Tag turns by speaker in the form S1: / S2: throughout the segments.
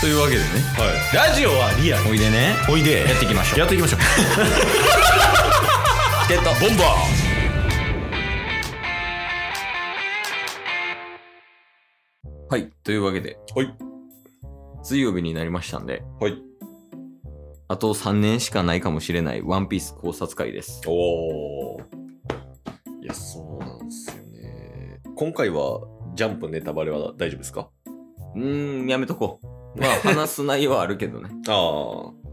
S1: というわけでね
S2: ラジオはリアル
S1: おいでね
S2: おいで
S1: やっていきましょう
S2: やっていきましょう
S1: チケットボンバーはいというわけで
S2: はい
S1: 水曜日になりましたんで
S2: はい
S1: あと3年しかないかもしれないワンピース考察会です
S2: おおいやそうなんですよね今回はジャンプネタバレは大丈夫ですか
S1: うーんやめとこう まあ話す内容はあるけどね
S2: ああ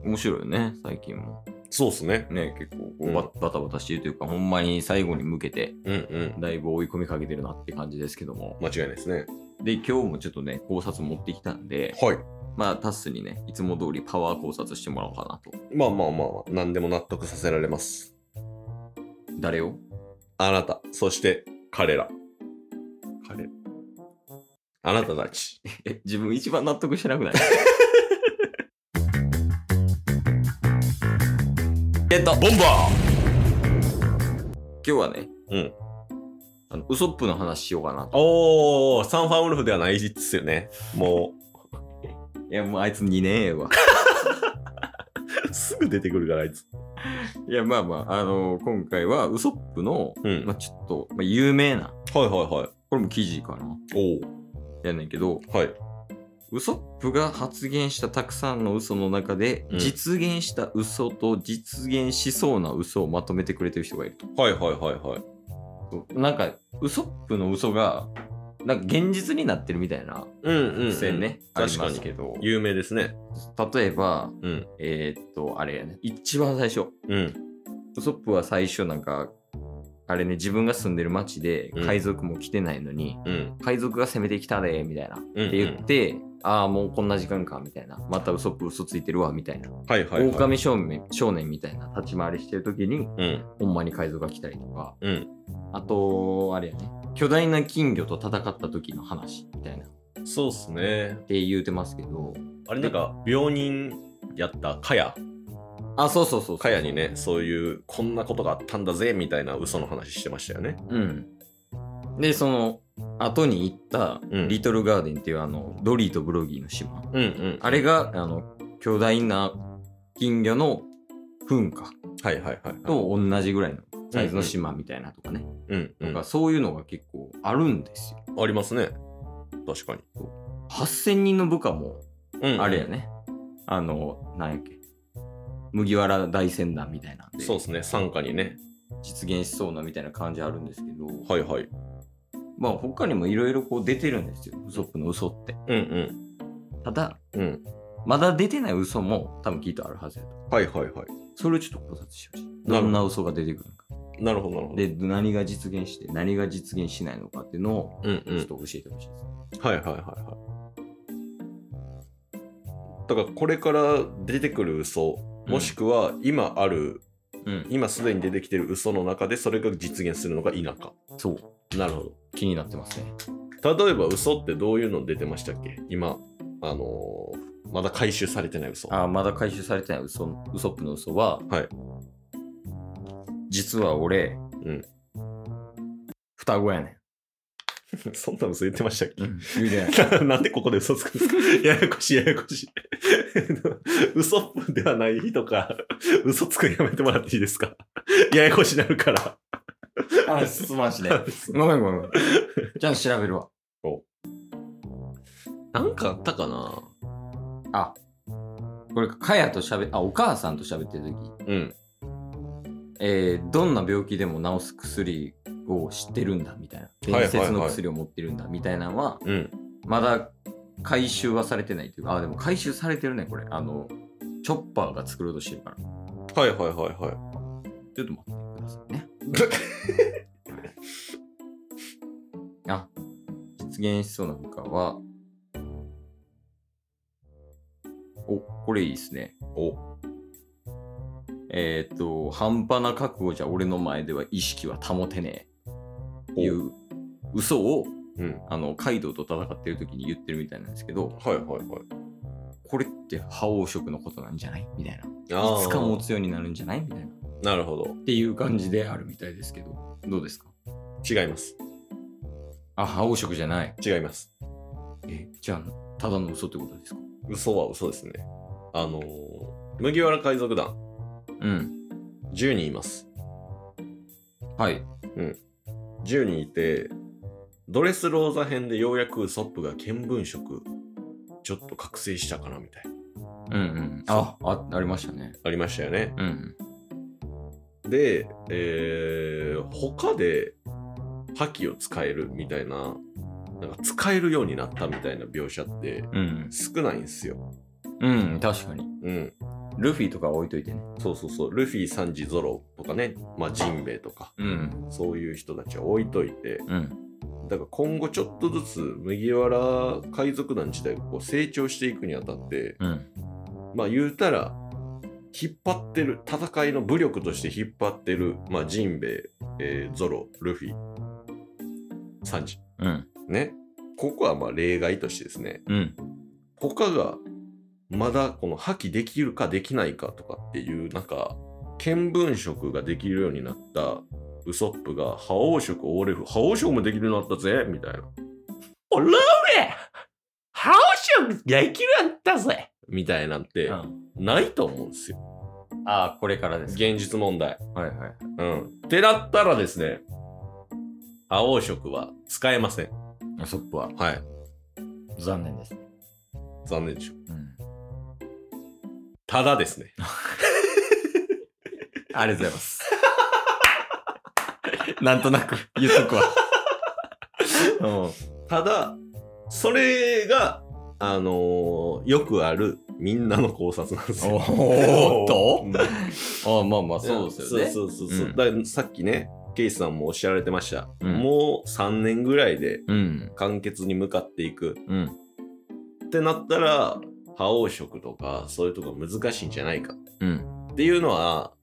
S1: 面白いよね最近も
S2: そうっすね
S1: ね結構こ
S2: う
S1: うんババタバタしてるというか、ほんまに最後に向けて
S2: うんうん
S1: だいぶ追い込みかけてるなって感じですけども
S2: 間違いないですね
S1: で今日もちょっとね考察持ってきたんで
S2: はい
S1: まあタッスにねいつも通りパワー考察してもらおうかなと
S2: まあまあまあまあ何でも納得させられます
S1: 誰を
S2: あなたそして彼ら
S1: 彼
S2: あなたたち
S1: え自分一番納得してなくないえっと
S2: ボンバ
S1: 今日はね
S2: ーうん
S1: あのウソップの話しようかなと
S2: おおサンファンウルフではないっすよねも
S1: いやもうあいつにねえわ
S2: う すぐ出てくるからあいつ
S1: いやまあまああの今回はウソップの、
S2: うん
S1: ま
S2: は
S1: あ、ちょっと、まあ、有名ない
S2: はいは
S1: これも記事かないやねんけど
S2: おおはい
S1: ウソップが発言したたくさんの嘘の中で、
S2: うん
S1: 実現した嘘と実現しそうな嘘をまとめてくれてる人がいる
S2: はいはいはいはい
S1: と。なんか、ウソップの嘘が、なんか現実になってるみたいな
S2: うんうん、
S1: 視線ね、あり
S2: 確
S1: ま
S2: か
S1: す
S2: に
S1: けど、
S2: 有名ですね
S1: 例えば、
S2: うん
S1: えーっと、あれやね、一番最初、
S2: うん
S1: ウソップは最初なんか、あれね、自分が住んでる町で
S2: うん
S1: 海賊も来てないのに、
S2: うん
S1: 海賊が攻めてきたで、みたいな。
S2: うん
S1: って言って、ああ、もうこんな時間か、みたいな。またウソップ嘘ついてるわ、みたいな。
S2: はいはいはい
S1: 狼少年少年みたいな立ち回りしてる時に
S2: うん
S1: ほんまに海賊が来たりとか
S2: うん
S1: あとあれやね巨大な金魚と戦った時の話みたいなっ
S2: そうっすね
S1: て言うてますけど
S2: あれなんか病人やったカヤ
S1: あそうそうそうそう
S2: カヤにねそういうこんなことがあったんだぜみたいな嘘の話してましたよね
S1: うんでその後に行った
S2: うん
S1: リトルガーデンっていうあのドリーとブロギーの島、
S2: うんうん
S1: あれがあの巨大な金魚の噴火
S2: はいはいはいはい
S1: と同じぐらいのサイズの島みたいなとかね、
S2: うん、う
S1: と
S2: ん、
S1: か
S2: あ
S1: そういうのが結構あるんですよ
S2: りますね確かに、
S1: 8000人の部下も
S2: うん
S1: あれやね。あの、なんやっけ。麦わら大船団みたいなんで、
S2: そうですね傘下にね
S1: 実現しそうなみたいな感じあるんですけど、
S2: はいはい
S1: まあ他にもいろいろこう出てるんですよ。ウソップの嘘って。
S2: うん
S1: ただ、
S2: うんうん
S1: まだ出てない嘘も多分聞いたあるはずやと。
S2: はいはいは
S1: それをちょっと考察してほしい。
S2: なるほ
S1: ど
S2: ど
S1: んな嘘が出てくるのか。
S2: いなるほどなるほど
S1: で、何が実現して、何が実現しないのかっていうのを、
S2: うん
S1: ち
S2: う
S1: ょ
S2: ん
S1: っと教えてほしいです。
S2: はいはいはいはい。だからこれから出てくる嘘、もしくは今ある、
S1: うん。
S2: 今すでに出てきてる嘘の中でそれが実現するのか否か。
S1: そう。
S2: なるほ
S1: 気になってますね。
S2: ど。例えば嘘ってどういうの出てましたっけ今、あのーまだ回収されてない嘘。
S1: あーまだ回収されてない嘘の、ウソップの嘘は、
S2: はい
S1: 実は俺、
S2: うん
S1: 双子やね
S2: そんな嘘言ってましたっ
S1: ん。言うじゃない。
S2: け ななんでここで嘘つくんですか ややこしいややこしい。 嘘っぽではない人か、 嘘つくのやめてもらっていいですか ややこしになるから。
S1: あ、すまんしね。 ごめんごめんごめん。ちゃんと調べるわ。
S2: なんかあったかな
S1: あ、これ、かやと喋っ、あ、お母さんと喋ってる時
S2: うん。
S1: えーどんな病気でも治す薬を知ってるんだみたいな。伝説の薬を持ってるんだみたいなのは、
S2: うん。
S1: まだ回収はされてないというか、あ、でも回収されてるね、これ。あの、チョッパーが作ろうとしてるから。
S2: はいはいはいは
S1: ちょっと待ってくださいね。あ、実現しそうな部下は、お、これいいですね。
S2: い。お、
S1: えっ、と、半端な覚悟じゃ俺の前では意識は保てねえ。い
S2: 言う。
S1: う嘘を、
S2: うん。
S1: あの、カイドウと戦ってる時に言ってるみたいなんですけど、
S2: はいはいはい。
S1: これって覇王色のことなんじゃないみたいな。い
S2: あー
S1: つか持つようになるんじゃないみたいな。っ
S2: なるほど。
S1: ていう感じであるみたいですけど、どうですか
S2: 違います。
S1: あ、覇王色じゃない。
S2: 違います。
S1: え、じゃあ、ただの嘘ってことですか
S2: 嘘は嘘ですね。あのー麦わら海賊団、
S1: うん。
S2: 10人います。
S1: はい。
S2: 10人いて、ドレスローザ編でようやくウソップが見聞色、ちょっと覚醒したかなみたいな。
S1: うんうん。あ、あありましたね。
S2: ありましたよね。
S1: うん。
S2: で、えー、他で覇気を使えるみたいな、なんか使えるようになったみたいな描写って
S1: うん。
S2: 少ないんですよ。
S1: うん、確かに。
S2: うん。
S1: ルフィとかは置いといてね。
S2: そうそうそう。ルフィ、サンジ、ゾロとかね、まあ、ジンベエとか、
S1: うん。
S2: そういう人たちは置いといて、
S1: うん。
S2: だから今後ちょっとずつ麦わら海賊団自体がこう成長していくにあたって、
S1: うん。
S2: まあ言うたら、引っ張ってる、戦いの武力として引っ張ってる、まあジンベエ、えーゾロ、ルフィ、サンジ。
S1: うん。
S2: ね。ここはまあ例外としてですね。
S1: うん。
S2: 他がまだこの破棄できるかできないかとかっていう、なんか、見聞色ができるようになったウソップが、覇王色、オーレフ、覇王色もできるようになったぜみたいな。おらおれ覇王色できるようになったぜみたいなんて、ないと思うんですよ。
S1: ああ、これからですか。
S2: 現実問題。
S1: はいはい。
S2: うん。ってなったらですね、覇王色は使えません。
S1: ウソップは
S2: はい。
S1: 残念です。
S2: 残念でしょ。
S1: うん。
S2: ただですね。
S1: ありがとうございます。 なんとなく言っとくわ。
S2: ただそれがあのーよくあるみんなの考察なんですよ。
S1: おーっと
S2: うん
S1: ああ、まあまあ、そうですよね。
S2: そうそうそうそう
S1: うん
S2: だからさっきねケイスさんもおっしゃられてました、
S1: うん
S2: もう3年ぐらいで
S1: うん。
S2: 完結に向かっていく
S1: うん。
S2: ってなったら覇王色とかそういうとこ難しいんじゃないか
S1: うん。
S2: っていうのは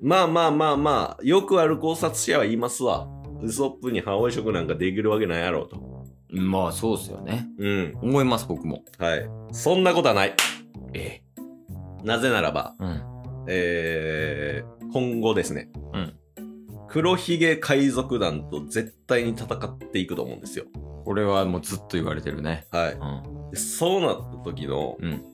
S2: まあまあまあまあよくある考察者は言いますわウソップに覇王色なんかできるわけないやろうと
S1: まあ、そうですよね。
S2: うん
S1: 思います、僕も。
S2: はい。そんなことはない。えなぜならば、
S1: うん。
S2: えー、今後ですね。
S1: うん。
S2: 黒ひげ海賊団と絶対に戦っていくと思うんですよ。
S1: これはもうずっと言われてるね。
S2: は
S1: うん。
S2: い。そうなった時の、
S1: うん。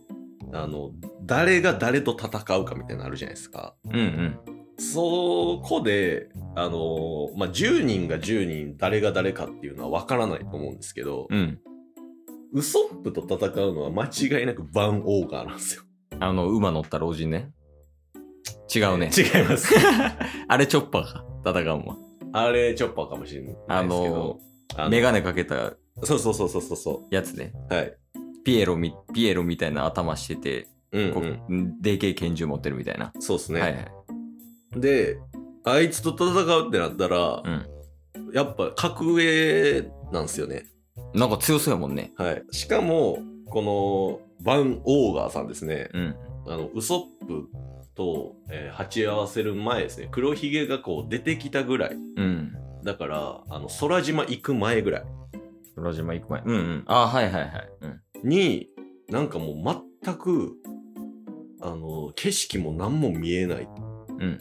S2: あの、誰が誰と戦うかみたいなのあるじゃないですか。
S1: うんうん。
S2: そこで、あのまあ、10人が10人誰が誰かっていうのは分からないと思うんですけど、
S1: うん。
S2: ウソップと戦うのは間違いなくバンオーガーなんですよ。
S1: あの、馬乗った老人ね。違うね。
S2: 違います。
S1: あれ、チョッパーか。戦うも
S2: あれ、チョッパーかもしれないですけど。
S1: あの
S2: あの
S1: ん。メガネかけた
S2: そうそうそうそうそうそ
S1: やつね。
S2: う。はい。
S1: ピエロみ、ピエロみたいな頭してて、
S2: うん、う。
S1: こうんでけえ拳銃持ってるみたいな。
S2: そうっすね、
S1: はいはい。
S2: で、あいつと戦うってなったら、
S1: うん。
S2: やっぱ格上なんですよね。
S1: なんか強そうやもんね。
S2: はい。しかも、この、バン・オーガーさんですね。
S1: うん。
S2: あの、ウソップと、えー鉢合わせる前ですね。黒ひげがこう出てきたぐらい。
S1: うん。
S2: だから、あの、空島行く前ぐらい
S1: 空島行く前。うんうん。あ、はいはいはい。うん。
S2: に、なんかもう全く、あの、景色も何も見えない。
S1: うん。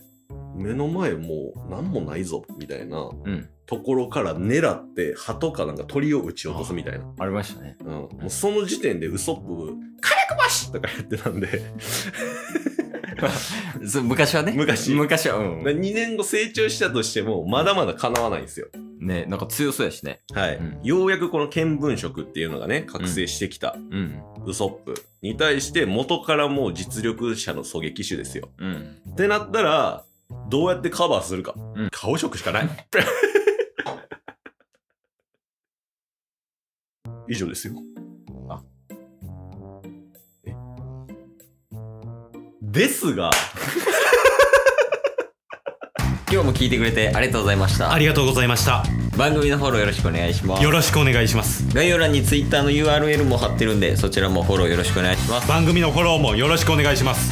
S2: 目の前もう何もないぞみたいな
S1: うん。
S2: ところから狙って鳩かなんか鳥を撃ち落とすみたいな、
S1: ありましたね。
S2: うん、もうその時点でウソップ「火力ばし!」とかやってたんで
S1: そう昔はね。
S2: 昔
S1: 昔は、う
S2: 2
S1: ん。
S2: 年後成長したとしてもまだまだ叶わないんですよ
S1: ね、なんか強そうやしね。
S2: はい、
S1: うん
S2: ようやくこの見聞色っていうのがね覚醒してきた
S1: うん。
S2: ウソップに対して元からもう実力者の狙撃手ですよ
S1: うん。
S2: ってなったらどうやってカバーするか、
S1: うん
S2: 顔色しかない 以上ですよ
S1: あ
S2: えですが
S1: 今日も聞いてくれてありがとうございました
S3: あ。りがとうございました。
S1: 番組のフォローよろしくお願いします
S3: よ。ろしくお願いします。
S1: 概要欄に Twitter の URL も貼ってるんで、そちらもフォローよろしくお願いします。
S3: 番組のフォローもよろしくお願いします。